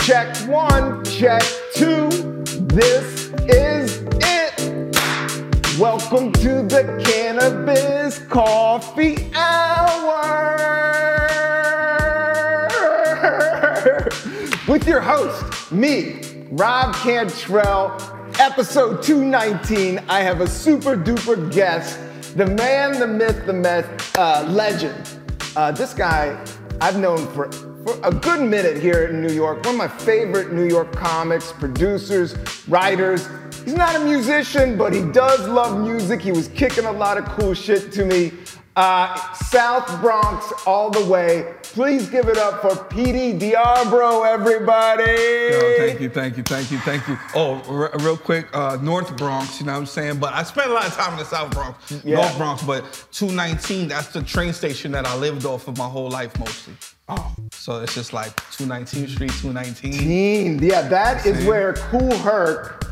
Check one, check two. This is it. Welcome to the Cannabis Coffee Hour with your host, me, Rob Cantrell, episode 219. I have a super duper guest, the man, the myth, the myth, uh, legend. Uh, this guy I've known for, for a good minute here in New York, one of my favorite New York comics, producers, writers. He's not a musician, but he does love music. He was kicking a lot of cool shit to me. Uh, South Bronx all the way. Please give it up for PD Diabro, everybody. Yo, thank you, thank you, thank you, thank you. Oh, re- real quick, uh, North Bronx, you know what I'm saying? But I spent a lot of time in the South Bronx, Yeah. North Bronx, but 219, that's the train station that I lived off of my whole life mostly. Oh, So it's just like 219 Street, 219. Dean. Yeah, that is Same. where Cool Herc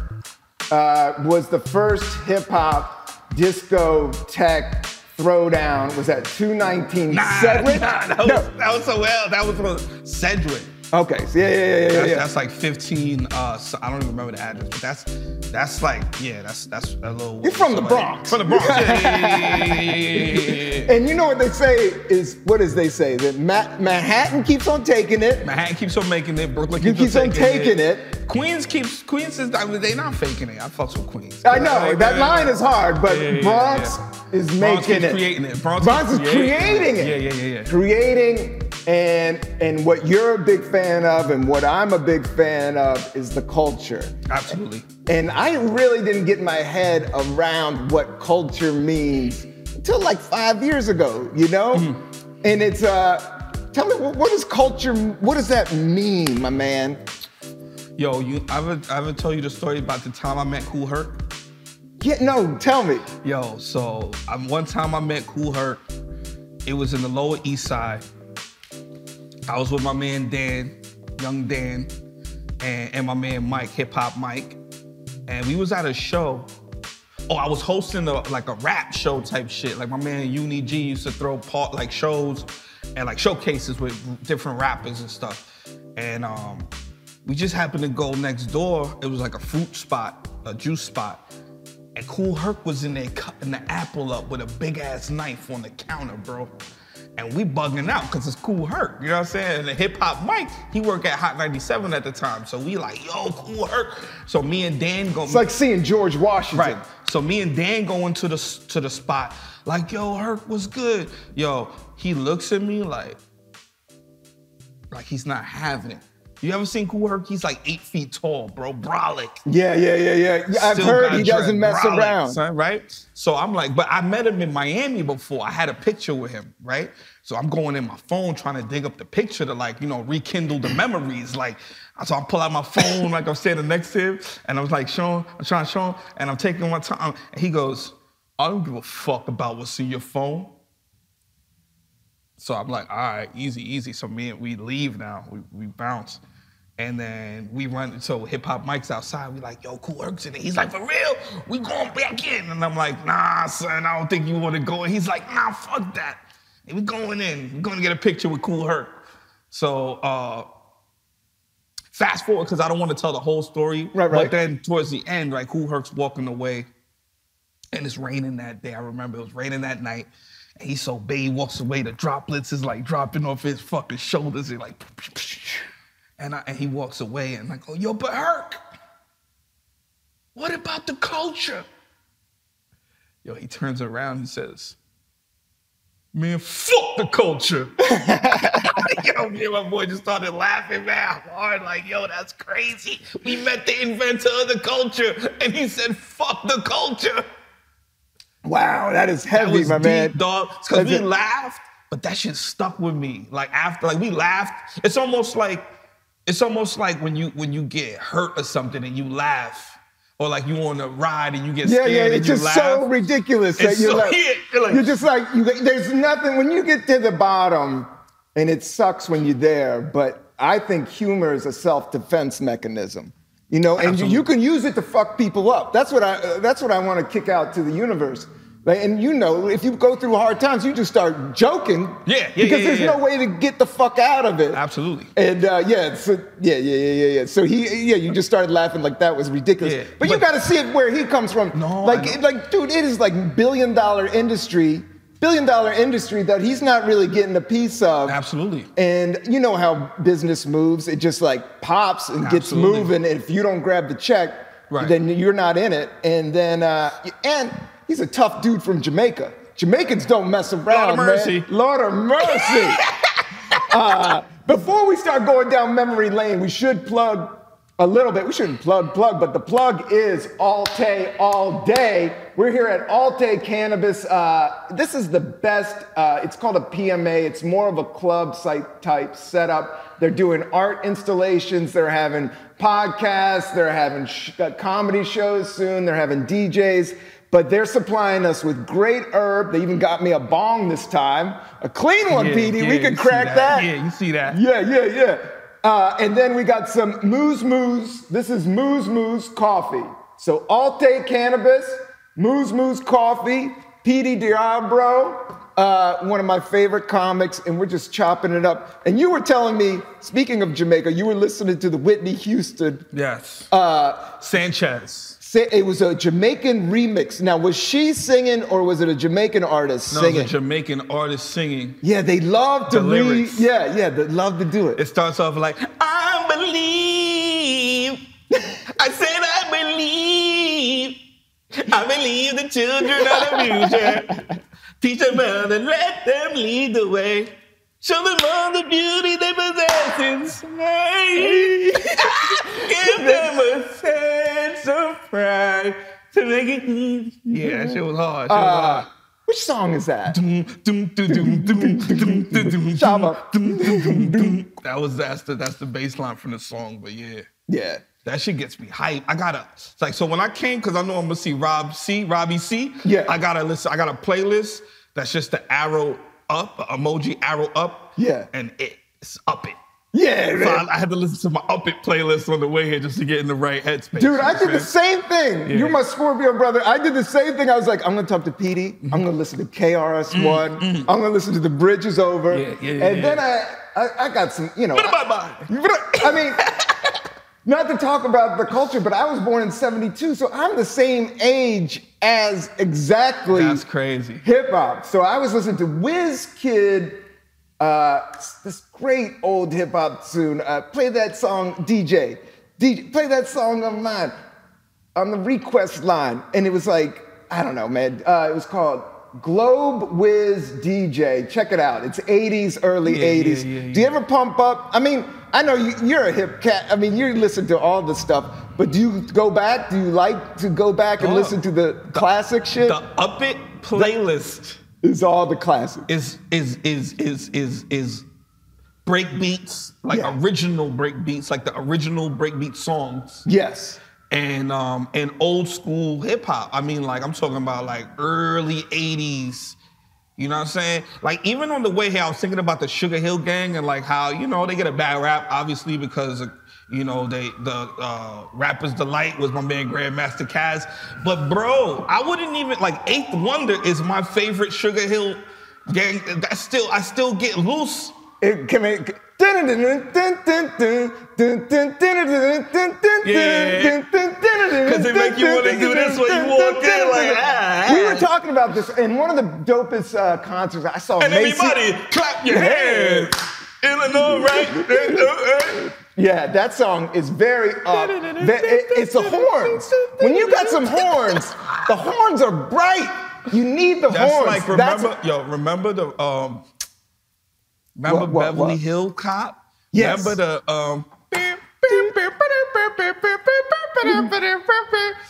uh, was the first hip hop disco tech throwdown. Was that 219 Nah, Sedgwick? nah, that, was, No. that was so well. That was from Sedgwick. Okay, so yeah, yeah, yeah, yeah. That's, yeah. that's like 15. Uh, so I don't even remember the address, but that's that's like yeah, that's that's a little. You're from the Bronx. From the Bronx. Yeah, yeah, yeah, yeah, yeah, yeah, yeah, yeah, yeah. and you know what they say is what does they say that Ma- Manhattan keeps on taking it. Manhattan keeps on making it. Brooklyn You keeps, keep on taking it. Queens keeps Queens is I mean, they not faking it. I fucks with Queens. I know Like, that yeah, line is hard, but yeah, yeah, yeah, Bronx yeah. is Bronx making keeps it. creating it. Bronx, Bronx is keeps creating it. Yeah, yeah, yeah, yeah. Creating and and what you're a big fan of and what I'm a big fan of is the culture. Absolutely. And I really didn't get my head around what culture means until like five years ago, you know? Hmm. And it's, uh, tell me, wh- what is culture, what does that mean, my man? Yo, you I would I would tell you the story about the time I met Cool Herc. Yeah, no, tell me. Yo, so um, one time I met Cool Herc. It was in the Lower East Side. I was with my man Dan, young Dan, and, and my man Mike, hip hop Mike, and we was at a show. Oh, I was hosting a, like a rap show type shit. Like my man Uni G used to throw part like shows and like showcases with different rappers and stuff. And um, we just happened to go next door. It was like a fruit spot, a juice spot. And Cool Herc was in there cutting the apple up with a big ass knife on the counter, bro. And we bugging out because it's Cool Herc, you know what I'm saying? And the hip hop Mike, he worked at Hot 97 at the time. So we like, yo, Cool Herc. So me and Dan go. It's like seeing George Washington. Right. So me and Dan going to the to the spot, like, yo, Herc, what's good? Yo, he looks at me like, like he's not having it. You ever seen Cool Herc? He's like eight feet tall, bro, brolic. Yeah, yeah, yeah, yeah. yeah I've Still heard got he doesn't dread- mess brolic, around. son, right? So I'm like, but I met him in Miami before. I had a picture with him, right? So I'm going in my phone trying to dig up the picture to like, you know, rekindle the memories. Like, so I pull out my phone, like I'm standing next to him, and I was like, Sean, I'm trying to show him, and I'm taking my time. And he goes, I don't give a fuck about what's in your phone. So I'm like, all right, easy, easy. So me and we leave now. We, we bounce. And then we run. So hip hop Mike's outside. We like, yo, cool Eric's in there. He's like, for real? We going back in. And I'm like, nah, son, I don't think you want to go. And he's like, nah, fuck that. And we going in. We're going to get a picture with Cool Herc. So uh, fast forward, because I don't want to tell the whole story. Right, But right. then towards the end, like Cool Herc's walking away and it's raining that day. I remember it was raining that night. And he's so big, he walks away. The droplets is like dropping off his fucking shoulders. He like, and I, and he walks away. And I go, yo, but Herc, what about the culture? Yo, he turns around. He says, man, fuck the culture. yo, me and my boy just started laughing man hard, like, yo, that's crazy. We met the inventor of the culture, and he said, fuck the culture. Wow, that is That heavy, was my deep, man. dog. Because That's we it. laughed, but that shit stuck with me. Like after, like we laughed. It's almost like, it's almost like when you when you get hurt or something and you laugh, or like you on a ride and you get Yeah, scared yeah, and it's you just laugh. so ridiculous that It's you're, so- like, yeah, you're like- you're just like you, there's nothing when you get to the bottom, and it sucks when you're there. But I think humor is a self-defense mechanism, you know, and you, you Absolutely. can use it to fuck people up. That's what I uh, that's what I want to kick out to the universe Like, and you know, if you go through hard times, you just start joking. Yeah, yeah, Because yeah, there's yeah, no yeah. way to get the fuck out of it. Absolutely. And uh, yeah, so yeah, yeah, yeah, yeah, yeah. So he, yeah, you just started laughing like that was ridiculous. Yeah, but, you but- got to see it where he comes from. No, I like, know. it- like, dude, it is like billion dollar industry, billion dollar industry that he's not really getting a piece of. Absolutely. And you know how business moves; it just like pops and gets Absolutely. moving. And if you don't grab the check, Right. then you're not in it. And then, uh, and he's a tough dude from Jamaica. Jamaicans don't mess around, mercy. man. Lord of mercy. Uh, before we start going down memory lane, we should plug a little bit. We shouldn't plug, plug, but the plug is Alte All Day. We're here at Alte Cannabis. Uh, this is the best. Uh, it's called a PMA. It's more of a club site type setup. They're doing art installations. They're having podcasts. They're having sh- uh, comedy shows soon. They're having DJs. But they're supplying us with great herb. They even got me a bong this time, a clean one, Yeah, PD. yeah, we you could see crack that. Yeah, you see that. Yeah, yeah, yeah. Uh, and then we got some Moose Moose. This is Moose Moose coffee. So Alte Cannabis, Moose Moose coffee, PD Diablo, uh, one of my favorite comics, and we're just chopping it up. And you were telling me, speaking of Jamaica, you were listening to the Whitney Houston. Yes. Uh, Sanchez. say it was a Jamaican remix. Now, was she singing or was it a Jamaican artist No, it's a singing? Jamaican artist singing. yeah, they love to The re- lyrics. Yeah, yeah, they love to do it. It starts off like, I believe. I said I believe. I believe the children are the future. Teach them well and let them lead the way. Show them all the beauty they possess inside. Give them a sense of pride to make it easy. Yeah, that shit was hard. That shit was hard. Uh, which song is that? Uh, Shama. That was that's the that's the bass line from the song, but yeah. Yeah. That shit gets me hype. I gotta it's like so when I came, cause I know I'm gonna see Rob C, Robbie C. Yeah. I gotta listen, I got a playlist that's just the arrow up, emoji arrow up. Yeah. And it's up it. Yeah, man. So I, I had to listen to my up it playlist on the way here just to get in the right headspace. Dude, I did understand? the same thing. You're my Scorpio brother. I did the same thing. I was like, I'm gonna talk to Petey. Mm-hmm. I'm gonna listen to KRS One. I'm gonna listen to The Bridge Is Over. Yeah, yeah, yeah, and then yeah. I, I, I got some, you know. Bye, bye, bye. I mean, not to talk about the culture, but I was born in '72, so I'm the same age as exactly That's crazy. hip hop. So I was listening to Wiz Kid, uh, this great old hip hop tune. Uh, play that song, DJ. DJ, play that song on mine, on the request line, and it was like I don't know, man. Uh, it was called. Globe Wiz DJ, check it out. It's 80s, early Yeah, 80s. yeah, yeah, yeah. Do you ever pump up? I mean, I know you, you're a hip cat. I mean, you listen to all the stuff, but do you go back? Do you like to go back and Dog. listen to the, classic shit? Oh. The up it playlist. It's all the classics. is is is is is is break beats like Yeah. original break beats like the original break beat songs Yes. and um and old school hip hop i mean like i'm talking about like early 80s you know what i'm saying like even on the way here i was thinking about the sugar hill gang and like how you know they get a bad rap obviously because you know they the uh rappers delight was my man grandmaster Caz. but bro i wouldn't even like eighth wonder is my favorite sugar hill gang that's still i still get loose It can make. Because it make you wanna do this when you walk in, like, ah, ah. We were talking about this in one of the dopest uh, concerts I saw. and Macy- everybody clap your hands illinois right Yeah, that song is very up. That- it- it's the horns. When you got some horns, the horns are bright. You need the That's horns. like That's- remember, yo, remember the um, remember What, what, Beverly what? Hill Cop? Yes. Remember the um.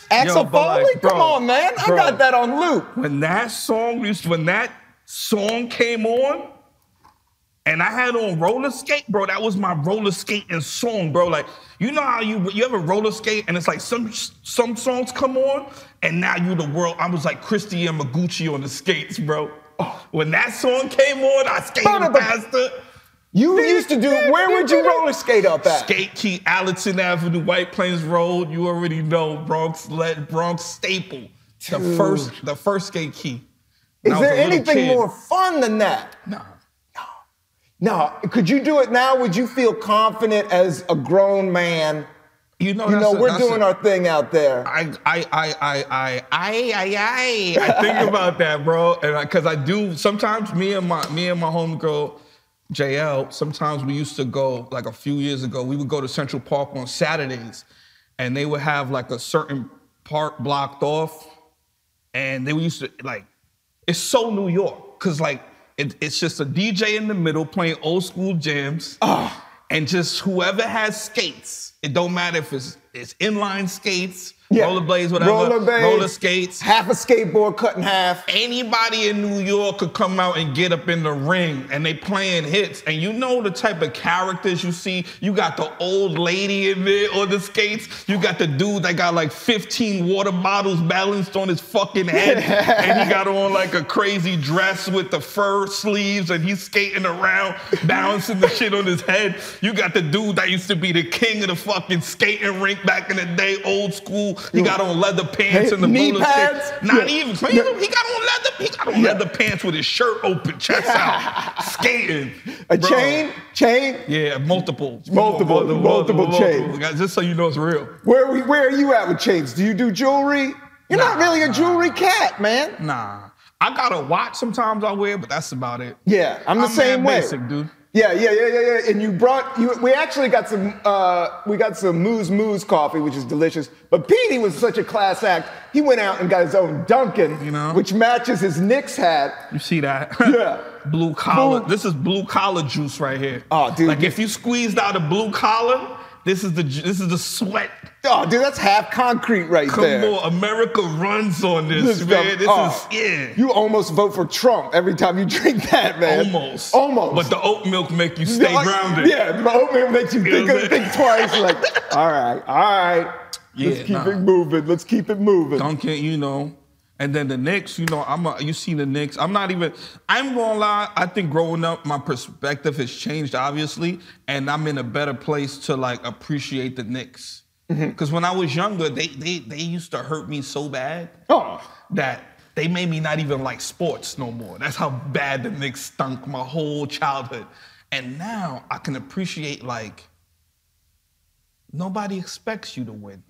Axel Yo, but Foley? like, Come bro, on, man. bro. I got that on loop. When that song used, when that song came on, and I had on roller skate, bro. That was my roller skating song, bro. Like, you know how you you ever roller skate and it's like some some songs come on, and now you the world. I was like Christy and Magucci on the skates, bro. When that song came on, I skated Ba-da-ba- faster. You used to do, where would you roller skate up at? Skate Key, Allerton Avenue, White Plains Road. You already know Bronx, let Bronx staple. The Dude. first, the first skate key. When Is I was there a little anything kid- more fun than that? Nah. Now, could you do it now? Would you feel confident as a grown man? You know, You that's know, a- we're that's a- doing our thing out there. I I I I I I I I think about that, bro, and I because I, do sometimes. Me and my me and my homegirl JL. Sometimes we used to go like a few years ago. We would go to Central Park on Saturdays, and they would have like a certain park blocked off, and they used to like. It's so New York, cause like it, it's just a DJ in the middle playing old school jams. And just whoever has skates, it don't matter if it's it's inline skates, rollerblades, whatever, Rollerblades, roller skates. Half a skateboard cut in half. Anybody in New York could come out and get up in the ring, and they playing hits. And you know the type of characters you see. You got the old lady in there on the skates. You got the dude that got like 15 water bottles balanced on his fucking head, and he got on like a crazy dress with the fur sleeves, and he's skating around balancing the shit on his head. You got the dude that used to be the king of the fucking skating rink back in the day, old school. He got on leather pants Hey, and the knee roller skates. pads? Not Yeah. even. He got on leather. He got on leather pants with his shirt open, chest out, skating. A Bro. chain? Chain? Yeah, multiple, Multiple, multiple chains. Guys, Just so you know, it's real. Where, we, where are you at with chains? Do you do jewelry? You're not Nah, really a jewelry cat, man. Nah, I got a watch sometimes I wear, but that's about it. Yeah, I'm the I'm same mad way. basic, dude. Yeah, yeah, yeah, yeah, yeah. And you brought you. We actually got some. Uh, we got some Moose Moose coffee, which is delicious. But Petey was such a class act. He went out and got his own Dunkin', You know? which matches his Knicks hat. You see that? Yeah. blue collar. Blue- This is blue collar juice right here. Oh, dude. Like if you squeezed out a blue collar, this is the ju- this is the sweat. Oh, dude, that's half concrete right Come there. on, America runs on this, This stuff- man. This oh. is yeah. You almost vote for Trump every time you drink that, man. Almost. Almost. But the oat milk make you stay Like, grounded. Yeah, the oatmeal makes you think, know what I'm think twice. Like, all right, all right. Let's Yeah, keep nah. it moving. Let's keep it moving. Duncan, you know. And then the Knicks, you know, I'm a, you see the Knicks. I'm not even I'm gonna lie, I think growing up, my perspective has changed, obviously, and I'm in a better place to like appreciate the Knicks. Mm-hmm. Cause when I was younger, they they they used to hurt me so bad Oh. that they made me not even like sports no more. That's how bad the Knicks stunk my whole childhood. And now I can appreciate like nobody expects you to win.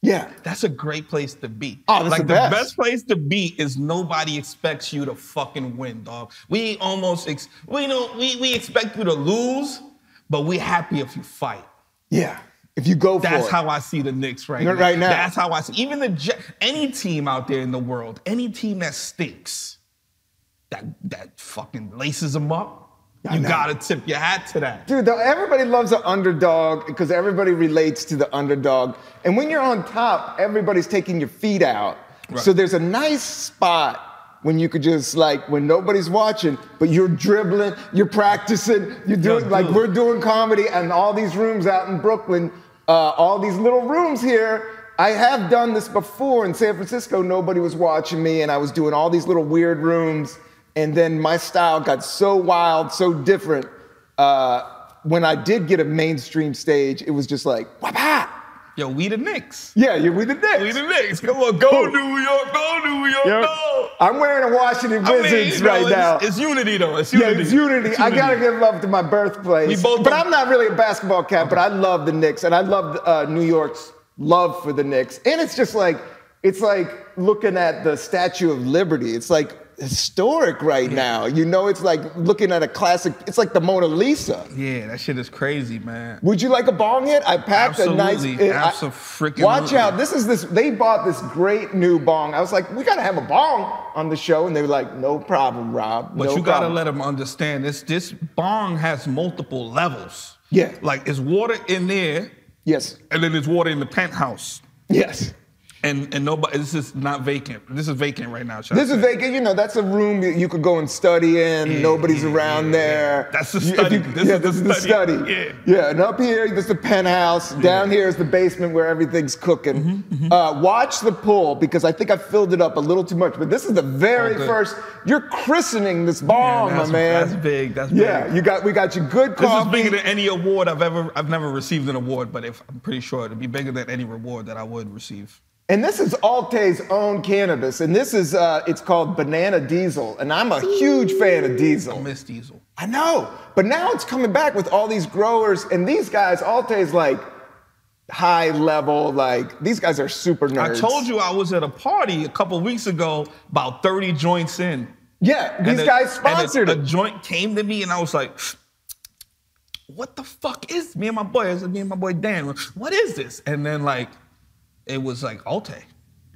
Yeah. That's a great place to be. Oh, that's like the best. place to be is nobody expects you to fucking win, dog. We almost ex- we don't we we expect you to lose, but we happy if you fight. Yeah. If you go for That's it. how I see the Knicks right, Right now. That's how I see even the Jet, any team out there in the world, any team that stinks, that that fucking laces them up. I You know. gotta tip your hat to that. Dude, though, everybody loves an underdog because everybody relates to the underdog. And when you're on top, everybody's taking your feet out. Right. So there's a nice spot when you could just like when nobody's watching, but you're dribbling, you're practicing, you're doing Yeah, like dude. we're doing comedy and all these rooms out in Brooklyn, uh, all these little rooms here. I have done this before in San Francisco. Nobody was watching me, and I was doing all these little weird rooms. And then my style got so wild, so different uh, when I did get a mainstream stage, it was just like, wah Yo, we the Knicks. yeah, you're with the Knicks. We the Knicks. Come on, go Who? New York, go New York, Yep. go. I'm wearing a Washington I mean, Wizards you know, right it's, now. It's unity though. It's yeah, unity. it's unity. I gotta give love to my birthplace. We both but don't- I'm not really a basketball cat, but I love the Knicks, and I love uh, New York's love for the Knicks. And it's just like, it's like looking at the Statue of Liberty. It's like historic right now. You know, it's like looking at a classic. It's like the Mona Lisa. Yeah, that shit is crazy, man. Would you like a bong hit? I packed a nice. Absolutely. it- I- Abso-freaking-lutely. Watch out! This is this. They bought this great new bong. I was like, we gotta have a bong on the show, and they were like, no problem, Rob. But no you gotta problem. let them understand this. This bong has multiple levels. Yeah. Like it's water in there, Yes. and then there's water in the penthouse, Yes. and and nobody. This is not vacant. This is vacant right now. Chuck. This is vacant. You know, that's a room you, you could go and study in. Yeah, Nobody's yeah, around yeah, there. yeah. That's the You- if study. you- This yeah, is the this is the study. study. Yeah. Yeah, and up here, this is the penthouse. Down here is the basement where everything's cooking. Mm-hmm, Uh, watch the pool because I think I filled it up a little too much. But this is the very good. first. You're christening this bomb, that's- my man. that's big, that's yeah. big. You got we got you good This is coffee. bigger than any award I've ever. I've never received an award, but if I'm pretty sure it'd be bigger than any reward that I would receive. And this is Alte's own cannabis, and this is uh, it's called Banana Diesel, and I'm a huge fan of Diesel. Miss Diesel. I know, but now it's coming back with all these growers, and these guys, Alte's like high level, like these guys are super nerds. I told you I was at a party a couple weeks ago, about 30 joints in. Yeah, these And a- guys sponsored and a, it. a joint came to me and I was like, what the fuck is me and my boy? It's me and my boy Dan. What is this? And then like it was like Alte.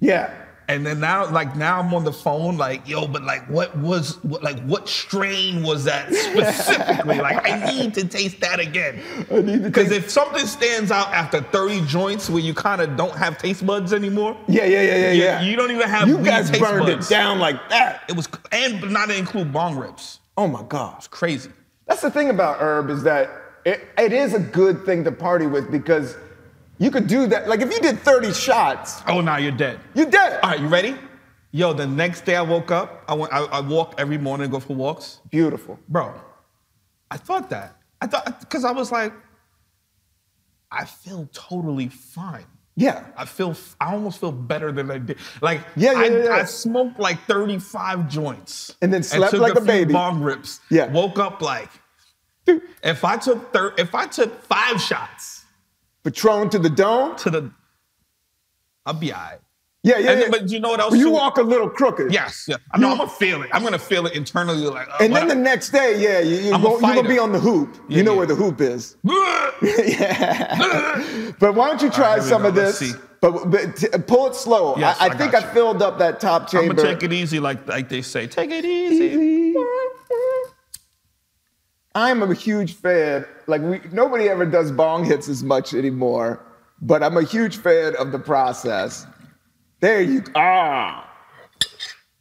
Yeah. And then now, like now, I'm on the phone, like yo, but like, what was, what, like, what strain was that specifically? like, I need to taste that again. Because if something stands out after 30 joints, where you kind of don't have taste buds anymore, Yeah, yeah, yeah, yeah, you, yeah. you don't even have You weed guys taste burned buds. it down like that. It was, and not to include bong rips. Oh my gosh. Crazy. That's the thing about herb is that it, it is a good thing to party with because you could do that. Like if you did 30 shots, Oh, now you're dead. you did it. All right, you ready? Yo, the next day I woke up. I went. I, I walk every morning, go for walks. Beautiful. bro, I thought that. I thought because I was like, I feel totally fine. Yeah. I feel I almost feel better than I did. Like Yeah, yeah, I, yeah, yeah. I smoked like 35 joints And then slept took like a few baby. Bomb rips. Yeah. Woke up like if I took thir- if I took five shots Patron to the dome. to the I'll be all right. Yeah, yeah. And yeah. then- but you know what else? You too? walk a little crooked. Yes. Yeah. I know I'm gonna feel it. I'm gonna feel it internally like uh, And then the what next day, yeah, you, you, I'm a won't- you're gonna fighter. be on the hoop. you Yeah, know yeah. where the hoop is. I- But why don't you try right, here we some go. of this? Let's see. But, but t- pull it slow. Yes, I, I I think got I you. filled up that top I'm chamber. gonna take it easy, like like they say. Take it easy. I'm a huge fan. Like we, nobody ever does bong hits as much anymore, but I'm a huge fan of the process. There you ah.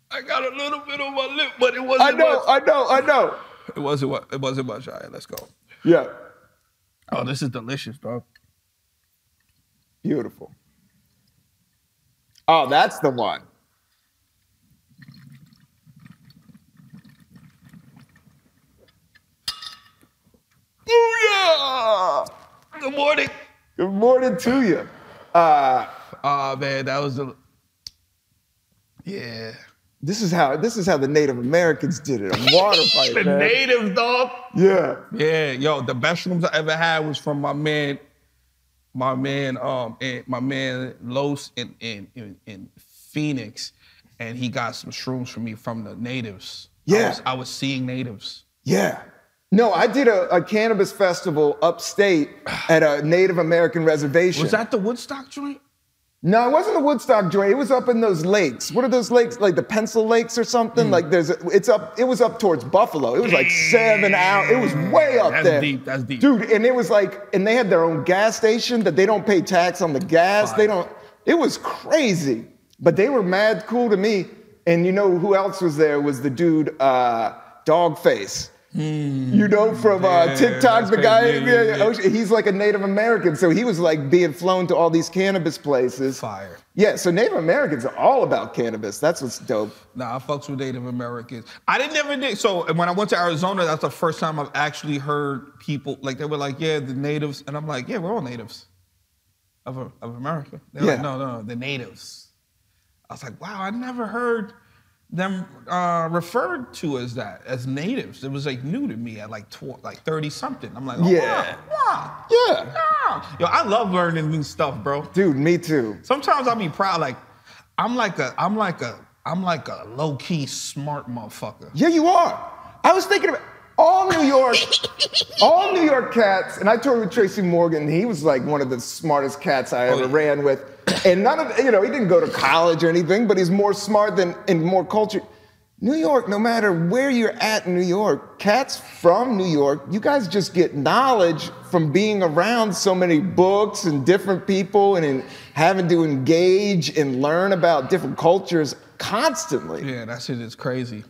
I got a little bit on my lip, but it wasn't I know, much. I know, I know. it wasn't wa- it wasn't much. All right, let's go. Yeah, Oh, this is delicious, dog. beautiful. Oh, that's the one. Booyah! Good morning. Good morning to you. Uh, Oh man, that was a yeah. this is how this is how the Native Americans did it. A water fight, The man. natives, dog. yeah. Yeah, yo, the best rooms I ever had was from my man, my man, um, and my man Los in in in, in Phoenix, and he got some shrooms for me from the natives. I Yeah. was- I was seeing natives. Yeah. No, I did a, a cannabis festival upstate at a Native American reservation. Was that the Woodstock joint? No, it wasn't the Woodstock joint. It was up in those lakes. What are those lakes? Like the Pencil Lakes or something? Hmm. Like there's, a, it's up. It was up towards Buffalo. It was like seven hours. It was way up That's there. deep, that's deep. dude. And it was like, and they had their own gas station that they don't pay tax on the gas. They Fire. don't. It was crazy, but they were mad cool to me. And you know who else was there? Was the dude uh, Dogface. You know, from uh, Hmm. Yeah, TikTok, that's the guy, crazy. Yeah, yeah, yeah, Oh, yeah. he's like a Native American, so he was like being flown to all these cannabis places. Fire. Yeah, so Native Americans are all about cannabis. That's what's dope. Nah, I fucks with Native Americans. I didn't ever did so. and When I went to Arizona, that's the first time I've actually heard people like they were like, "Yeah, the natives," and I'm like, "Yeah, we're all natives of of America." They're like, Yeah. "No, no, the natives." I was like, "Wow, I never heard them uh, referred to as that as natives." It was like new to me at like tw- like thirty something. I'm like, oh, Yeah. yeah, wow, wow, Yeah. yeah." Yo, I love learning new stuff, bro. Dude, me too. Sometimes I'll be proud, like I'm like a I'm like a I'm like a low key smart motherfucker. Yeah, you are. I was thinking about all New York, all New York cats, and I toured with Tracy Morgan. He was like one of the smartest cats I ever Oh, yeah. ran with. And none of, you know, he didn't go to college or anything, but he's more smart than and more cultured. New York, no matter where you're at in New York, cats from New York, you guys just get knowledge from being around so many books and different people and in, having to engage and learn about different cultures constantly. Yeah, that shit is crazy.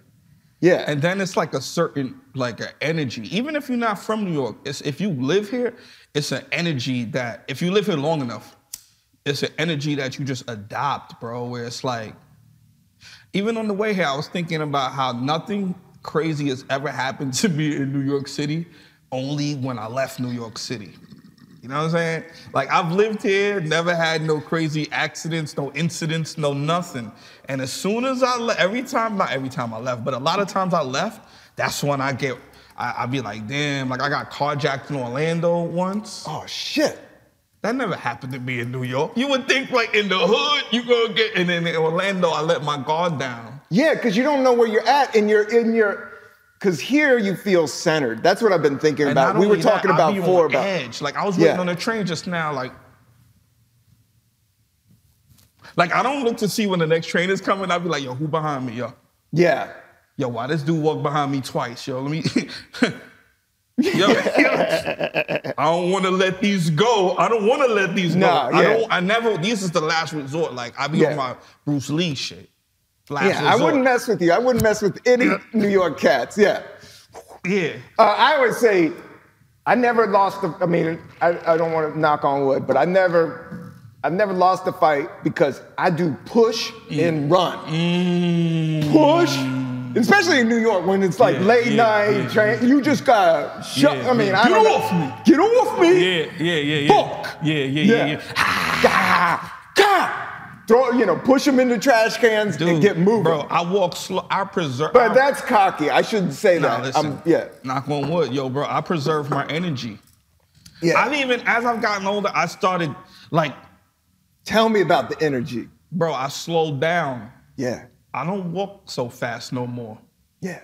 Yeah. And then it's like a certain like an energy. Even if you're not from New York, it's if you live here, it's an energy that if you live here long enough, it's an energy that you just adopt, bro. Where it's like, even on the way here, I was thinking about how nothing crazy has ever happened to me in New York City, only when I left New York City. You know what I'm saying? Like I've lived here, never had no crazy accidents, no incidents, no nothing. And as soon as I left, every time, not every time I left, but a lot of times I left, that's when I get, I, I be like, damn, like I got carjacked in Orlando once. Oh shit. That never happened to me in New York. You would think like in the hood, you gonna get, and then in Orlando, I let my guard down. Yeah, because you don't know where you're at and you're in your because here you feel centered. That's what I've been thinking And about. not We were only that, talking I about be on four about edge. Like I was Yeah. waiting on the train just now. Like, like I don't look to see when the next train is coming. I'll be like, yo, who behind me, yo, Yeah. yo, why this dude walk behind me twice, yo? Let me. yo, yo, I don't want to let these go. I don't want to let these go. Nah, I yeah. don't. I never. This is the last resort. Like I be Yeah. on my Bruce Lee shit. Last Yeah. I resort. wouldn't mess with you. I wouldn't mess with any New York cats. Yeah. Yeah. Uh, I always say, I never lost. A, I mean, I, I don't want to knock on wood, but I never, I've never lost a fight because I do push and run, Mm, push, especially in New York when it's like Yeah, late yeah, night. yeah, train, you just gotta shut. Yeah, I mean, yeah. I don't Get know. off me. Get off me. Yeah. Yeah. Yeah. Yeah. Fuck. Yeah. Yeah. Yeah. Yeah. yeah. Gah, gah. Throw, you know, push them into trash cans and get moving. Bro, I walk slow. I preserve. But that's cocky. I shouldn't say Nah, that. listen. I'm, yeah, Knock on wood, yo, bro. I preserve my energy. yeah. I've even as I've gotten older, I started like, Tell me about the energy. bro. I slowed down. Yeah, I don't walk so fast no more. yeah.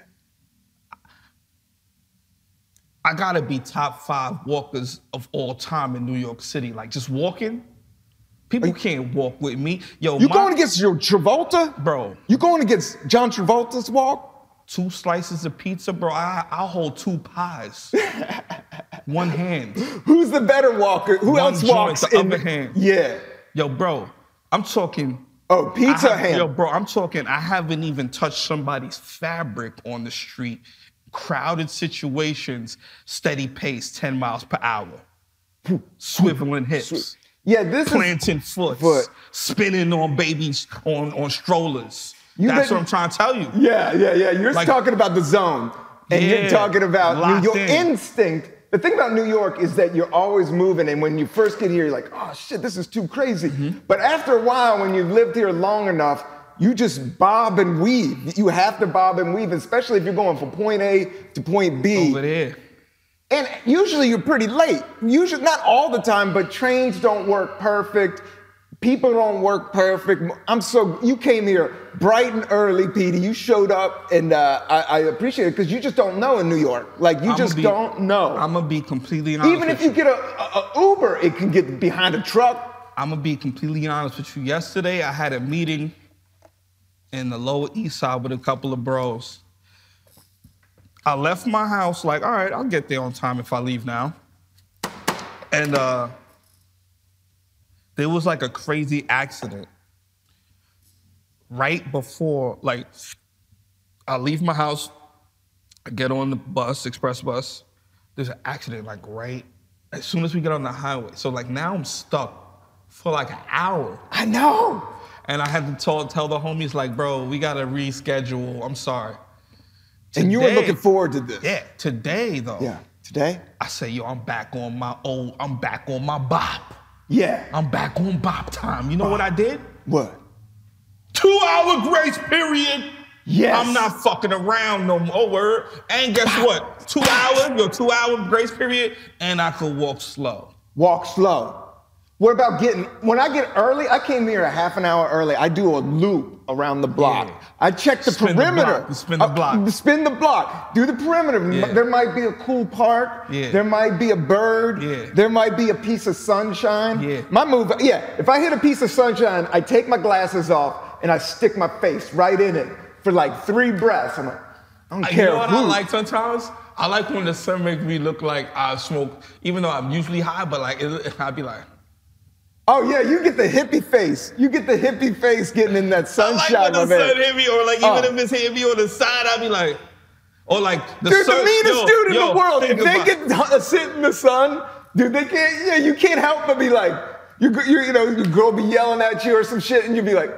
I gotta be top five walkers of all time in New York City. Like just walking, people can't walk with me. Yo, You my- going against your Travolta, Bro. You going against John Travolta's walk? two slices of pizza, bro. I I hold two pies, one hand. Who's the better walker? Who One else joint, walks the in upper hand. Yeah. Yo, bro, I'm talking. Oh, pizza I have- hand. Yo, bro, I'm talking. I haven't even touched somebody's fabric on the street. Crowded situations, steady pace, 10 miles per hour. Swiveling hips, Yeah, this is planting foot, Foot. spinning on babies on, on strollers. You That's been- what I'm trying to tell you. Yeah, yeah, yeah. You're Like- talking about the zone. And you're Yeah, talking about locked your in. instinct. The thing about New York is that you're always moving, and when you first get here, you're like, oh shit, this is too crazy. Mm-hmm. But after a while, when you've lived here long enough, you just bob and weave. You have to bob and weave, especially if you're going from point A to point B. Over there. And usually you're pretty late. Usually, not all the time, but trains don't work perfect. People don't work perfect. I'm so you came here bright and early, Petey. You showed up, and uh, I, I appreciate it because you just don't know in New York. Like you I'ma just be- don't know. I'm going to be completely honest. Even with if you get a, a, a Uber, it can get behind a truck. I'm gonna be completely honest with you. Yesterday, I had a meeting in the Lower East Side with a couple of bros. I left my house like, all right, I'll get there on time if I leave now. And uh, there was like a crazy accident right before, like, I leave my house, I get on the bus, express bus. There's an accident like right as soon as we get on the highway. So like now I'm stuck for like an hour. I know. And I had to tell, tell the homies like, bro, we gotta reschedule. I'm sorry. And you were Today- looking forward to this. Yeah, today though. Yeah. Today. I say, yo, I'm back on my old, I'm back on my bop. Yeah. I'm back on bop time. You know what I did? what? Two hour grace period. Yes. I'm not fucking around no more. Word. And guess what? Two hours, your two hour grace period, and I could walk slow. walk slow. What about getting, when I get early, I came here a half an hour early. I do a loop around the block. Yeah. I check the Spin the perimeter. block. You spin the Uh, block. spin the block. Do the perimeter. Yeah. There might be a cool park. Yeah. There might be a bird. Yeah. There might be a piece of sunshine. Yeah. My move, yeah, if I hit a piece of sunshine, I take my glasses off and I stick my face right in it for like three breaths. I'm like, I don't Uh, You care. know what I who. like sometimes? I like when the sun makes me look like I smoke, even though I'm usually high, but like it, I'd be like, Oh, yeah, you get the hippie face. You get the hippie face getting in that sunshine, I like my when the man. sun hit me, or like Oh. even if it's hit me on the side, I'd be like, or like the Dude, sun. the meanest yo, dude in yo, the world. If think they about- get to- sit in the sun, dude, they can't. Yeah, you can't help but be like, you, you, you know, your girl be yelling at you or some shit, and you be like,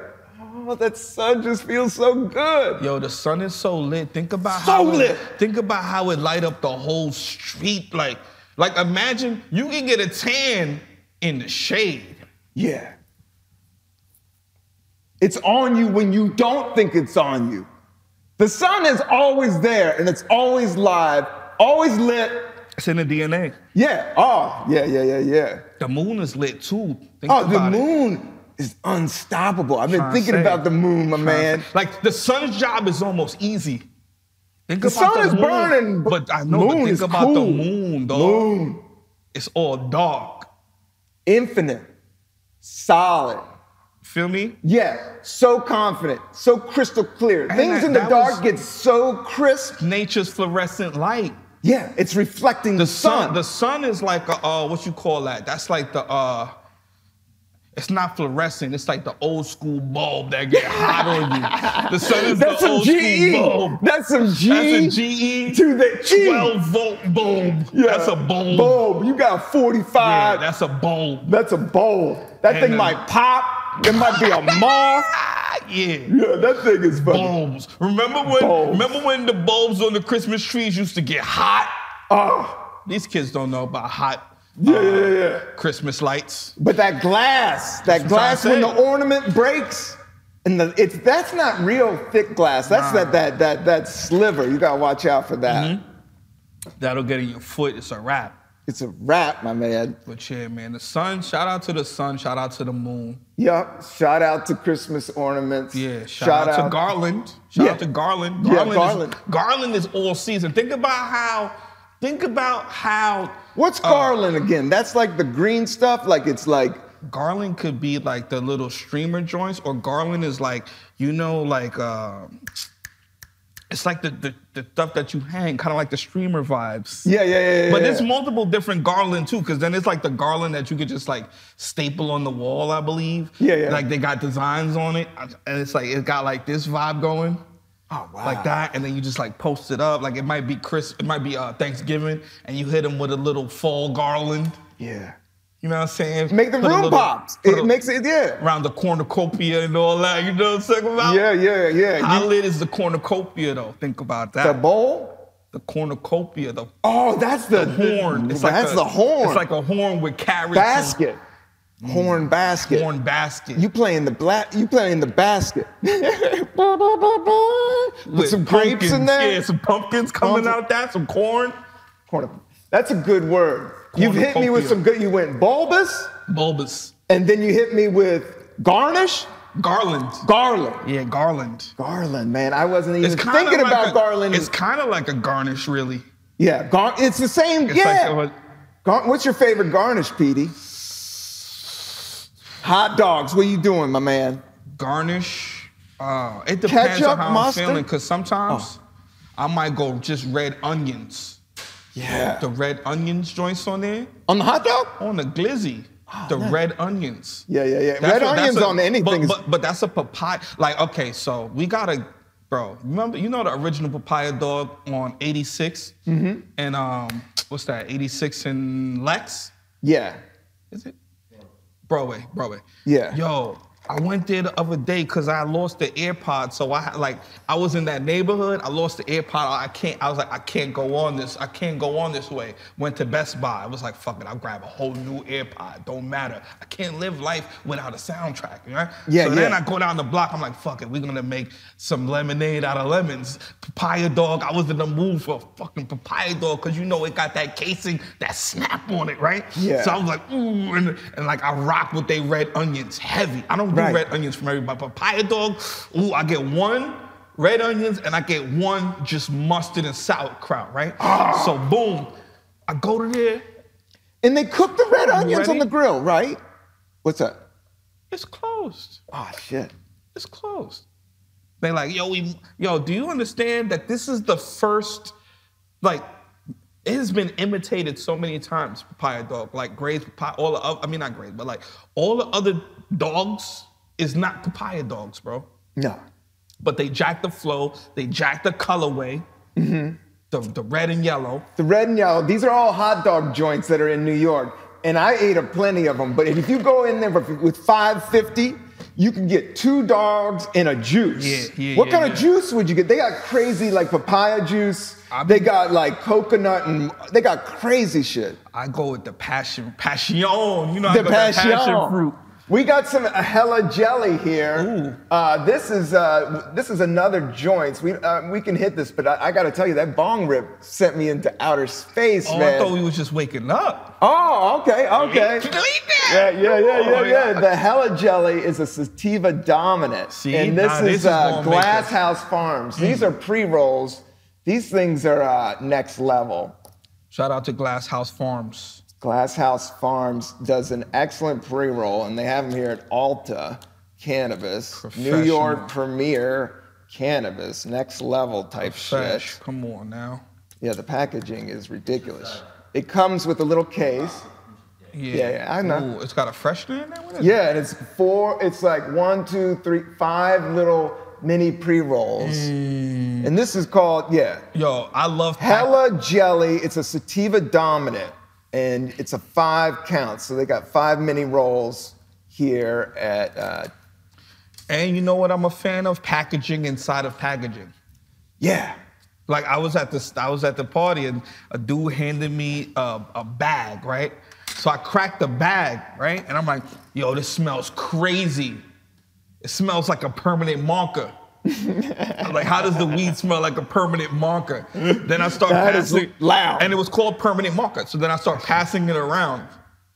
oh, that sun just feels so good. Yo, the sun is so lit. Think about So how it- lit. Think about how it light up the whole street. Like, Like imagine you can get a tan in the shade. Yeah. It's on you when you don't think it's on you. The sun is always there and it's always live, always lit. It's in the DNA. Yeah. Oh, yeah, yeah, yeah, yeah. The moon is lit too. Think Oh, the about it. moon is unstoppable. I've been Tryna thinking say. about the moon, my man. Like the sun's job is almost easy. Think The about sun is moon. burning, bro. but I know. But Moon think is about the cool. moon, dog. Moon, It's all dark. infinite, solid. Feel me? Yeah, so confident, so crystal clear. And Things that- in the that dark was- get so crisp. Nature's fluorescent light. Yeah, it's reflecting the, The sun. sun. The sun is like a, uh, what you call that? That's like the uh. It's not fluorescent. It's like the old school bulb that get hot on you. The sun is That's the some old GE. school bulb. That's some G. That's a GE to the E. 12 volt bulb. That's a bulb. Bulb. You got 45. Yeah, that's a bulb. That's a bowl. That And thing then- might pop. It might be a moth. Ah, yeah. Yeah, that thing is funny. Bulbs. Remember when? Bulbs. Remember when the bulbs on the Christmas trees used to get hot? Oh, These kids don't know about hot uh, yeah, yeah, yeah, yeah. Christmas lights. But that glass, that what I'm glass when the saying. ornament breaks, and the it's that's not real thick glass. That's Nah. Mm-hmm. that that that that sliver. You gotta watch out for that. That'll get in your foot. It's a wrap. It's a wrap, my man. But yeah, man, the sun. Shout out to the sun. Shout out to the moon. Yup. Shout out to Christmas ornaments. Yeah. Shout, out, to Garland. Shout Yeah. out to Garland. Yeah, Garland, Garland. Is, Garland is all season. Think about how. Think about how What's Oh. garland again? That's like the green stuff. Like it's like Garland could be like the little streamer joints, or Garland is like, you know, like uh, it's like the, the the stuff that you hang, kind of like the streamer vibes. yeah, yeah, yeah. yeah But yeah. there's multiple different garland too, because then it's like the garland that you could just like staple on the wall, I believe. Yeah, yeah. Like they got designs on it, and it's like it got like this vibe going, oh, wow. like that, and then you just like post it up. Like it might be Chris, it might be uh, Thanksgiving, and you hit them with a little fall garland. Yeah. You know what I'm saying? Make the Put a room little- pop. put It a- makes it yeah. around the cornucopia and all that. You know what I'm talking about? Yeah, yeah, yeah. How You- lit is the cornucopia though? Think about that. the The, bowl? cornucopia, the Oh, that's the, horn. It's like that's a- the horn. It's like a horn with carrots. and basket. Horn basket. Mm. Horn basket. You playing the black you playing the basket. With some grapes pumpkins. in there. Yeah, some pumpkins coming Pumpkin. out that, some corn. Corn- That's a good word. You've hit me with Cornucopia. some good you went bulbous Bulbous. and then you hit me with garnish, Garland. garland. Yeah, garland. Garland, man. I wasn't even It's kinda thinking like about a- garland. It's kind of like a garnish, really. yeah, gar- it's the same. It's yeah. like a, Gar- what's your favorite garnish, Petey? Hot dogs. What you doing, my man? garnish. Uh, it depends Ketchup, on how mustard? Oh. I'm feeling, because sometimes I might go just red onions. Yeah. the red onions joints on there On the hot dog? on the glizzy. Ah, the red onions. Yeah, yeah, yeah. Red That's what- that's onions a- on anything. But, is but, but that's a papaya. Like okay, so we gotta, bro. Remember, you know the original papaya dog on '86 Mm-hmm. and um, what's that? '86 and Lex. yeah. Is it? Broadway, Broadway. Yeah. Yo, I went there the other day because I lost the AirPod. So I had- like I was in that neighborhood. I lost the AirPod. I can't. I was like, I can't go on this. I can't go on this way. Went to Best Buy. I was like, fuck it. I'll grab a whole new AirPod. Don't matter. I can't live life without a soundtrack. You know? Yeah, So then yeah. I go down the block. I'm like, fuck it. We're gonna make some lemonade out of lemons. Papaya dog. I was in the mood for a fucking papaya dog because you know it got that casing, that snap on it, right? Yeah. So I was like, ooh, and, and like I rock with they red onions heavy. I don't do Right. red onions from everybody. Papaya dog, ooh, I get one red onions and I get one just mustard and sauerkraut, right? So boom, I go to there, And they cook the red onions on ready? the grill, right? What's that? it's closed. Oh shit. It's closed. They like, yo, we, yo, do you understand that this is the first, like, it has been imitated so many times, papaya dog, like Gray's papaya, all the other, I mean not Gray's, but like all the other dogs is not papaya dogs, bro. No. But they jack the flow, they jack the colorway, the, the red and yellow. The red and yellow. These are all hot dog joints that are in New York, and I ate a plenty of them. But if you go in there with 550, you can get two dogs and a juice. Yeah, yeah, what yeah, kind of yeah. juice would you get? They got crazy like papaya juice. I they be- got like coconut and they got crazy shit. I go with the passion, passion. You know, I The go passion. passion. passion fruit. We got some hella jelly here. Ooh. Uh, this is uh, this is another joint. We uh, we can hit this, but I, I got to tell you that bong rip sent me into outer space, Oh, I man. thought we was just waking up. oh, okay, okay. Delete that. Yeah, yeah, yeah, yeah, Oh, yeah. The Hella Jelly is a sativa dominant. See? and this Nah, is, this is uh, gonna make us- Mm. Glass House Farms. These are pre rolls. These things are uh, next level. Shout out to Glass House Farms. Glass House Farms does an excellent pre roll, and they have them here at Alta Cannabis, New York Premier Cannabis, next level type Fresh. shit. Come on now. Yeah, the packaging is ridiculous. It comes with a little case. Yeah, yeah, I know. Ooh, it's got a freshener in there. What is it? Yeah, and it's four. It's like one, two, three, five little mini pre rolls, and this is called yeah, Yo, I love Hella Jelly. It's a sativa dominant, and it's a five count. So they got five mini rolls here at. Uh, And you know what? I'm a fan of packaging inside of packaging. yeah, Like I was at this, I was at the party, and a dude handed me a, a bag, right? So I cracked the bag, right? And I'm like, yo, this smells crazy. It smells like a permanent marker. I'm like, how does the weed smell like a permanent marker? Then I start That is passing loud. And it was called permanent marker. So then I start passing it around.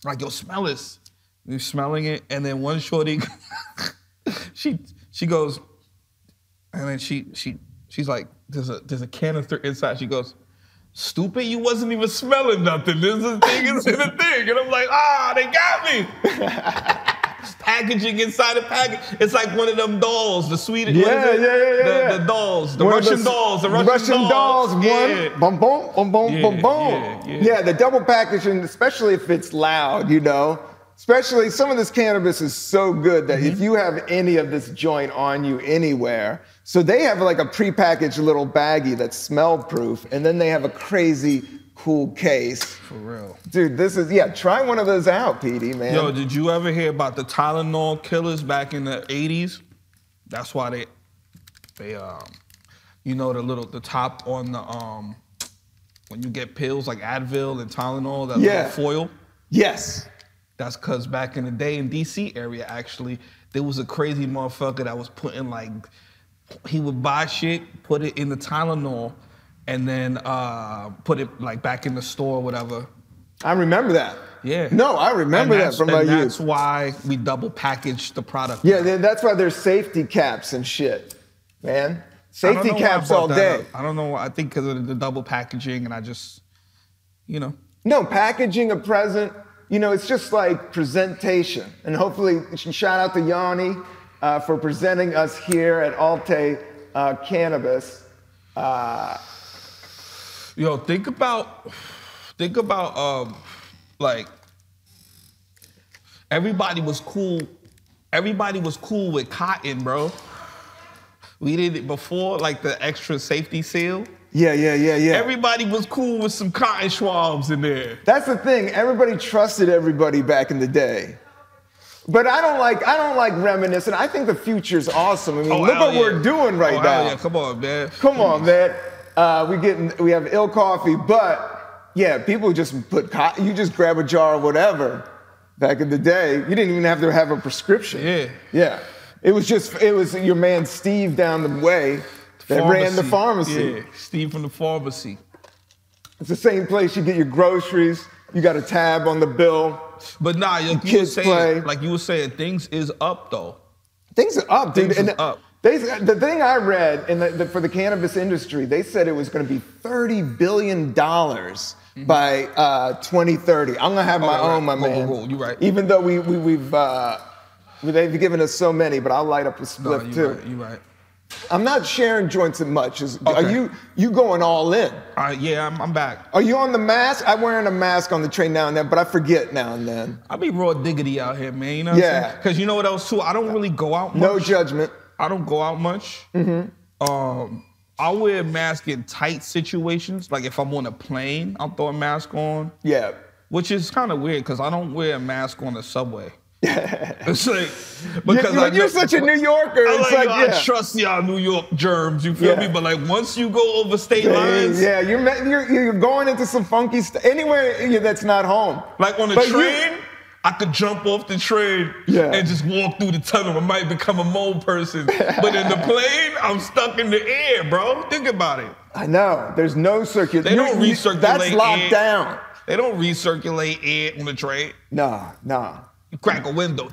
like, yo, smell this. You're smelling it. And then one shorty, she she goes, and then she she she's like, there's a there's a canister inside. She goes, stupid, you wasn't even smelling nothing. This is a thing, it's in a thing. And I'm like, ah, they got me. It's packaging inside a package. It's like one of them dolls, the Swedish. what is Yeah, it? yeah, yeah, yeah, The, yeah. the dolls, the One of Russian dolls, the Russian, dolls. dolls, yeah. one, boom, boom, boom, boom, Yeah, boom, boom. yeah, Yeah, yeah. the double packaging, especially if it's loud, you know. Especially some of this cannabis is so good that Mm-hmm. if you have any of this joint on you anywhere, so they have like a prepackaged little baggie that's smell proof, and then they have a crazy cool case. For real. Dude, this is yeah. Try one of those out, PD man. Yo, did you ever hear about the Tylenol killers back in the 80s? That's why they they um you know the little the top on the um when you get pills like Advil and Tylenol, that Yeah. little foil. yes. That's cause back in the day in DC area actually, there was a crazy motherfucker that was putting like he would buy shit, put it in the Tylenol, and then uh put it like back in the store or whatever. I remember that. Yeah. No, I remember And that that's- from my and youth. That's why we double package the product. Yeah, then that's why there's safety caps and shit, man. I don't Safety know why I caps brought all that day. up. I don't know. why. I think because of the double packaging, and I just, you know, No, packaging a present, you know, it's just like presentation. And hopefully, shout out to Yanni uh, for presenting us here at Alte uh, Cannabis. yo, think about, think about, um, like, everybody was cool. Everybody was cool with cotton, bro. We did it before, like the extra safety seal. Yeah, yeah, yeah, yeah. Everybody was cool with some cotton swabs in there. That's the thing. Everybody trusted everybody back in the day. But I don't like I don't like reminiscing. I think the future's awesome. I mean, look Oh, hell what we're yeah. doing right Oh, hell now. Yeah, come on, man. Come on, man. Uh, we getting we have ill coffee, but yeah, people just put co- you just grab a jar of whatever. Back in the day, you didn't even have to have a prescription. Yeah. yeah. It was just it was your man Steve down the way that ran the pharmacy. Yeah, Steve from the pharmacy. It's the same place you get your groceries. You got a tab on the bill. But nah, yo, you were kids saying, play. like you were saying, things is up though. Things are up, dude. Things and is up. They, the thing I read in the, the, for the cannabis industry, they said it was going to be thirty billion dollars by uh, 2030. I'm gonna have my Okay, own, my Mm-hmm. Oh, right. Whoa, man. whoa, whoa, you right. Even though we, we we've uh, we- they've given us so many, but I'll light up a Nah, split you too. right. You right. I'm not sharing joints as much. As, Are Okay. you you going all in? All right, yeah, I'm, I'm back. Are you on the mask? I'm wearing a mask on the train now and then, but I forget now and then. I be raw diggity out here, man. You know what I'm Yeah. saying? Because you know what else too? I don't really go out much. No judgment. I don't go out much. Mm-hmm. Um, I wear a mask in tight situations. Like if I'm on a plane, I'll throw a mask on, Yeah. which is kind of weird because I don't wear a mask on the subway. It's like You- because you- I you're know- such a New Yorker. I, It's like, like, I yeah. trust y'all New York germs. You feel Yeah. me? But like once you go over state lines, Yeah, you're, me- you're you're going into some funky stuff. Anywhere yeah, that's not home. like on the But you- train. I could jump off the train Yeah. and just walk through the tunnel. I might become a mole person. But in the plane, I'm stuck in the air, bro. Think about it. I know. There's no circulation. They don't recirculate. That's locked air. down. They don't recirculate air on the train. Nah, nah. You crack a window.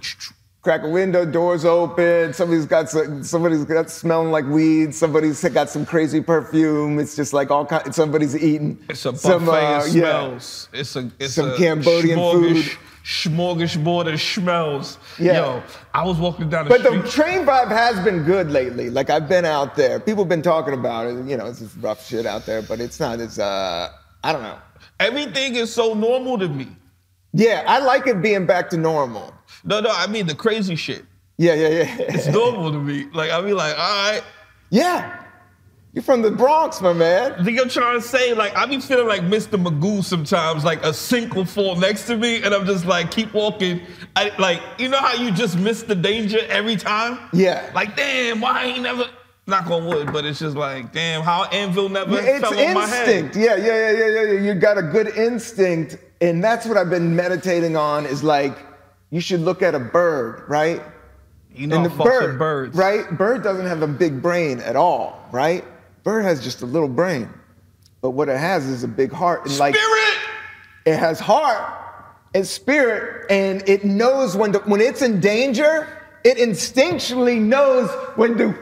Crack a window, doors open. Somebody's got some, somebody's got smelling like weed. Somebody's got some crazy perfume. It's just like all kind. Somebody's eating. It's a buffet some, uh, yeah. of smells. It's a it's Some a Cambodian smorgas- food. Smorgasbord of smells. Yeah. Yo, I was walking down the But the street. train vibe has been good lately. Like I've been out there. People been talking about it. You know, it's just rough shit out there. But it's not as uh, I don't know. Everything is so normal to me. Yeah, I like it being back to normal. No, no, I mean the crazy shit. Yeah, yeah, yeah. It's normal to me. Like I be like, all right. yeah. You're from the Bronx, my man. I think I'm trying to say, like, I be feeling like Mr. Magoo sometimes. Like a sink will fall next to me, and I'm just like, keep walking. I, like, you know how you just miss the danger every time? Yeah. Like, damn, why I ain't never knock on wood, but it's just like, damn, how anvil never It's fell on my head. instinct. Yeah, yeah, yeah, yeah, yeah, yeah. You got a good instinct, and that's what I've been meditating on. Is like you should look at a bird, right? You know, and I the fucks bird, with Oh, birds. right? Bird doesn't have a big brain at all, right? Bird has just a little brain, but what it has is a big heart, and like Spirit. it has heart and spirit, and it knows when to, when it's in danger. It instinctually knows when to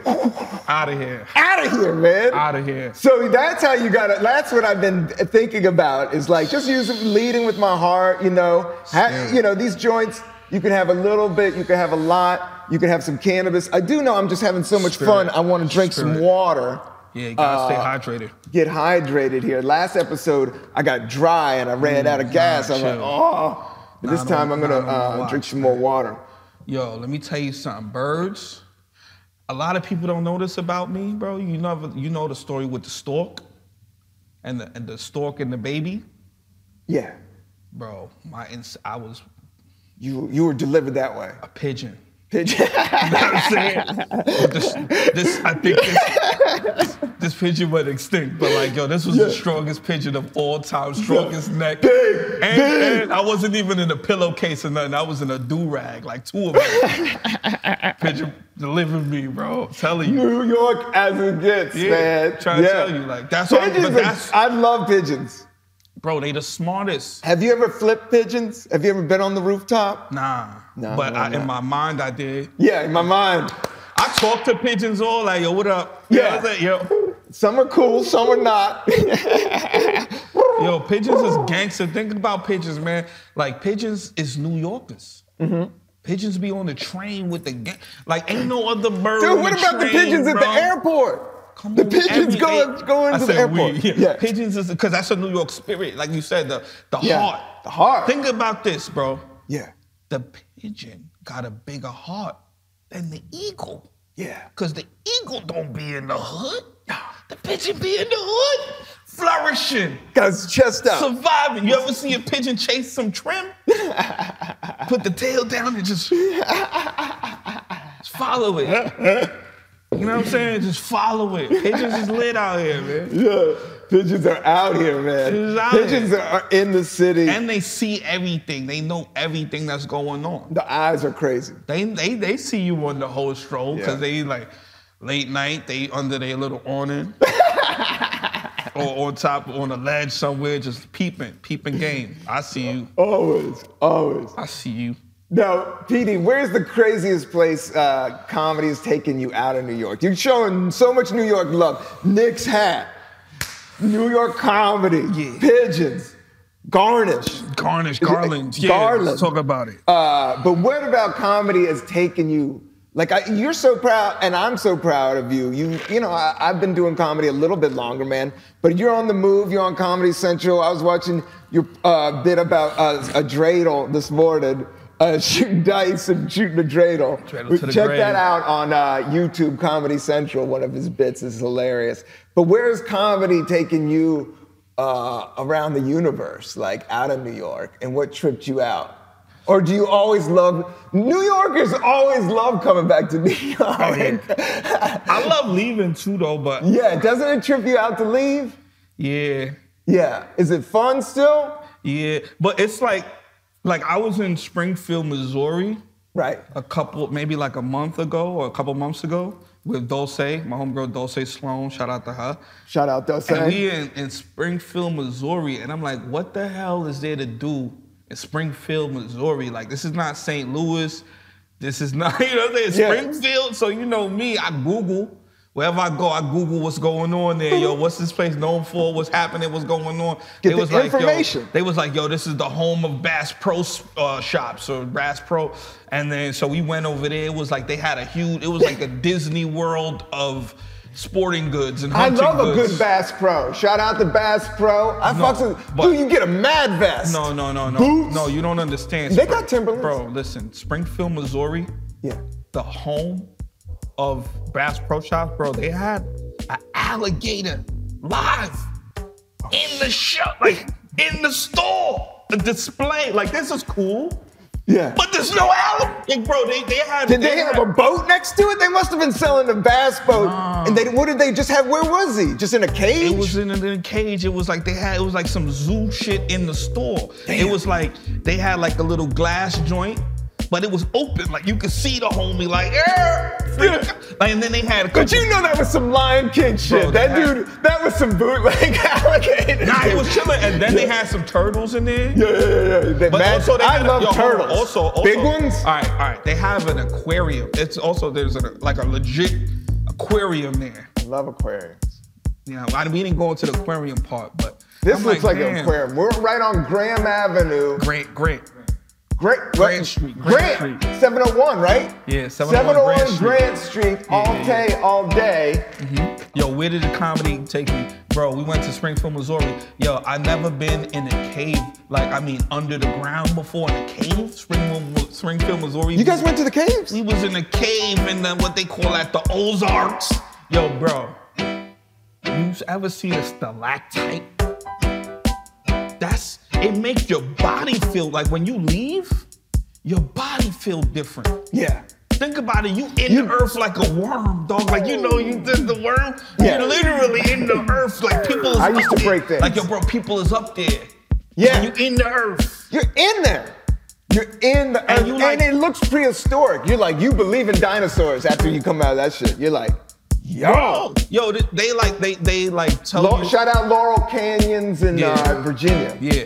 Out of here. out of here, man. Out of here. So that's how you got it. That's what I've been thinking about. Is like just using leading with my heart. You know, ha, Yeah. you know these joints. You can have a little bit. You can have a lot. You can have some cannabis. I do know I'm just having so much fun. Spirit. I want to drink some Spirit. water. Yeah, you gotta Uh, stay hydrated. Get hydrated here. Last episode I got dry and I ran out of gas. I'm like, Mm, chill. oh. But Nah, this I don't- time I'm nah, I gonna don't wanna uh, oh watch, drink some more water. Yo, let me tell you something. Birds. A lot of people don't know this about me, bro. You know, you know the story with the stork, and the and the stork and the baby, Yeah, bro. My ins- I was you you were delivered that way. a pigeon. Pigeon. You know what I'm saying? But this, this, I think this, this pigeon went extinct, but like, yo, this was the strongest pigeon of all time, strongest neck. and, and I wasn't even in a pillowcase or nothing. I was in a do rag, like two of them. pigeon delivered me, bro. I'm telling you. New York as it gets, Yeah, man. trying to tell you, like, that's why- but pigeons. are- that's- I love pigeons. Bro, they the smartest. Have you ever flipped pigeons? Have you ever been on the rooftop? Nah. Nah, but nah, I, nah. in my mind, I did. Yeah, in my mind, I talked to pigeons all, like, yo, what up? You know Yeah. what I'm saying? yo. some are cool, some are not. Yo, pigeons is gangster. Think about pigeons, man. Like pigeons is New Yorkers. Mm-hmm. Pigeons be on the train with the gang. Like ain't no other bird. Dude, on what about the train, pigeons at bro. the airport? Come the on, pigeons every- go eh, go I into the said airport. we, yeah. Pigeons is because that's a New York spirit. Like you said, the the Yeah, heart. the heart. Think about this, bro. yeah, The pigeon got a bigger heart than the eagle. yeah. Cause the eagle don't be in the hood. The pigeon be in the hood, flourishing Got his chest out. surviving. You ever see a pigeon chase some trim? Put the tail down and just, just follow it. You know what I'm saying? Just follow it. Pigeons is lit out here, man. yeah, pigeons are out here, man. Pigeons out pigeons are in the city. And they see everything. They know everything that's going on. the eyes are crazy. They they they see you on the whole stroll because Yeah. they like late night. They under their little awning. or on top, on a ledge somewhere, just peeping, peeping game. I see you. Always, always. I see you. Now, PD, where's the craziest place uh, comedy has taken you out of New York? You're showing so much New York love. Nick's hat, New York comedy, Yeah. pigeons, garnish. Garnish, Garland. Yeah, Garland. Let's talk about it. Uh, but what about comedy has taken you? Like I, you're so proud, and I'm so proud of you. You, you know, I, I've been doing comedy a little bit longer, man. But you're on the move. You're on Comedy Central. I was watching your uh, bit about uh, a dreidel this morning, uh, shooting dice and shooting a dreidel. Dreidel to the Check grave. that out on uh, YouTube Comedy Central. One of his bits is hilarious. But where is comedy taking you uh, around the universe, like out of New York, and what tripped you out? Or do you always love New Yorkers always love coming back to New York? I love leaving too though, but yeah, doesn't it trip you out to leave? yeah, Yeah. Is it fun still? yeah. But it's like, like I was in Springfield, Missouri, Right. a couple, maybe like a month ago or a couple months ago with Dulce, my homegirl Dulce Sloan. Shout out to her. Shout out Dulce. And we in, in Springfield, Missouri, and I'm like, what the hell is there to do in Springfield, Missouri? Like, this is not St. Louis. This is not, you know what I'm saying? Yeah. Springfield. So you know me, I Google. Wherever I go, I Google what's going on there. Yo, what's this place known for? What's happening? What's going on? Mm-hmm. Get They the was like, yo- information. they was like, yo, this is the home of Bass Pro uh, shops or Bass Pro. And then so we went over there. It was like they had a huge, it was like a Disney world of sporting goods and I hunting love a goods. good Bass Pro. Shout out to Bass Pro. I No, fucks with. but- Dude, you get a mad vest. No, no, no, no. Boots? No, you don't understand. They got Timberlands. Bro, listen, Springfield, Missouri, Yeah. the home of Bass Pro Shops, bro, they had an alligator live in the shop, like in the store, the display. Like, this is cool, Yeah. but there's no alligator. Like, bro, they, they had. Did they have had- a boat next to it? They must have been selling the bass boat. And they what did they just have? Where was he? Just in a cage? It was in a, in a cage. It was like they had. It was like some zoo shit in the store. It was like they had like a little glass joint, but it was open. Like you could see the homie. Like, "Yeah." Yeah. like and then they had. A but couple- you know that was some Lion King shit. Bro, they that had- dude, that was some bootleg alligator. Nah, it was chilling. And then they had some turtles in there. Yeah, yeah, yeah. yeah. That But mad- also, they I had- love yo, hold on. turtles. Also, also, big ones. All right, all right. They have an aquarium. It's also there's a, like a legit aquarium there. I love aquariums. You know, I, we didn't go into the aquarium part, but This I'm looks like, an "Damn, aquarium. We're right on Graham Avenue. Great, great. Grant, Grant Street, Grant, Grant 701, right? oh Yeah, 701 Grant Street. Grant Street, all yeah, day, all day. Yo, where did the comedy take me? Bro, we went to Springfield, Missouri. Yo, I never been in a cave, like I mean under the ground before in a cave. Springfield, Springfield Missouri. You guys went to the caves? We was in a cave in the, what they call at the Ozarks. Yo, bro, you ever seen a stalactite? That's it makes your body feel like when you leave, your body feel different. Yeah. Think about it. You in You- the earth like a worm, dog. Like you know, you did the worm. Yeah. You're literally in the earth. Like people. Is I used up to break there. things. Like yo, bro, people is up there. Yeah. You in the earth. You're in there. You're in the And earth, you and, like- it looks prehistoric. You're like, you believe in dinosaurs after you come out of that shit. You're like, yo. Bro, yo, they, they like they they like tell Lau- you. shout out Laurel Canyons in Yeah. uh, Virginia. Yeah.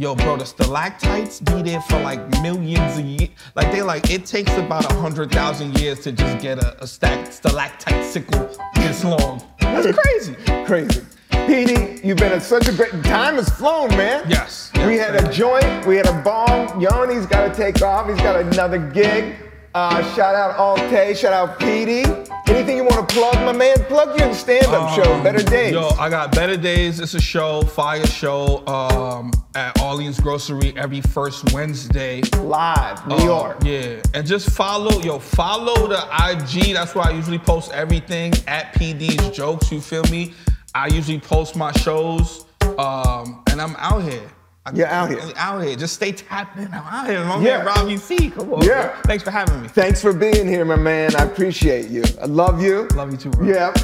Yo, bro, the stalactites be there for like millions of years. Like they like it takes about a hundred thousand years to just get a, a stack stalactite sickle this long. That's crazy. Crazy. Petey, you've been at such a great. Time has flown, man. Yes, yes, we had a thank joint. We had a bomb. Yoni's got to take off. He's got another gig. Uh, shout out Alte. Shout out Petey. Anything you want to plug, my man? Plug your stand-up show, Um, Better Days. Yo, I got Better Days. It's a show, fire show, um, at Orleans Grocery every first Wednesday. Live, New Uh, York. Yeah. And just follow, yo, follow the IG. That's where I usually post everything at PD's jokes, you feel me? I usually post my shows. Um, and I'm out here. I- You're out here. I'm out here. Just stay tapped in. I'm out here. My Yeah. man Robbie C. Come on. Yeah. bro. Thanks for having me. Thanks for being here, my man. I appreciate you. I love you. Love you too, bro. Yep.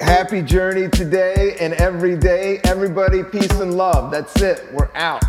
Happy journey today and every day. Everybody, peace and love. That's it. We're out.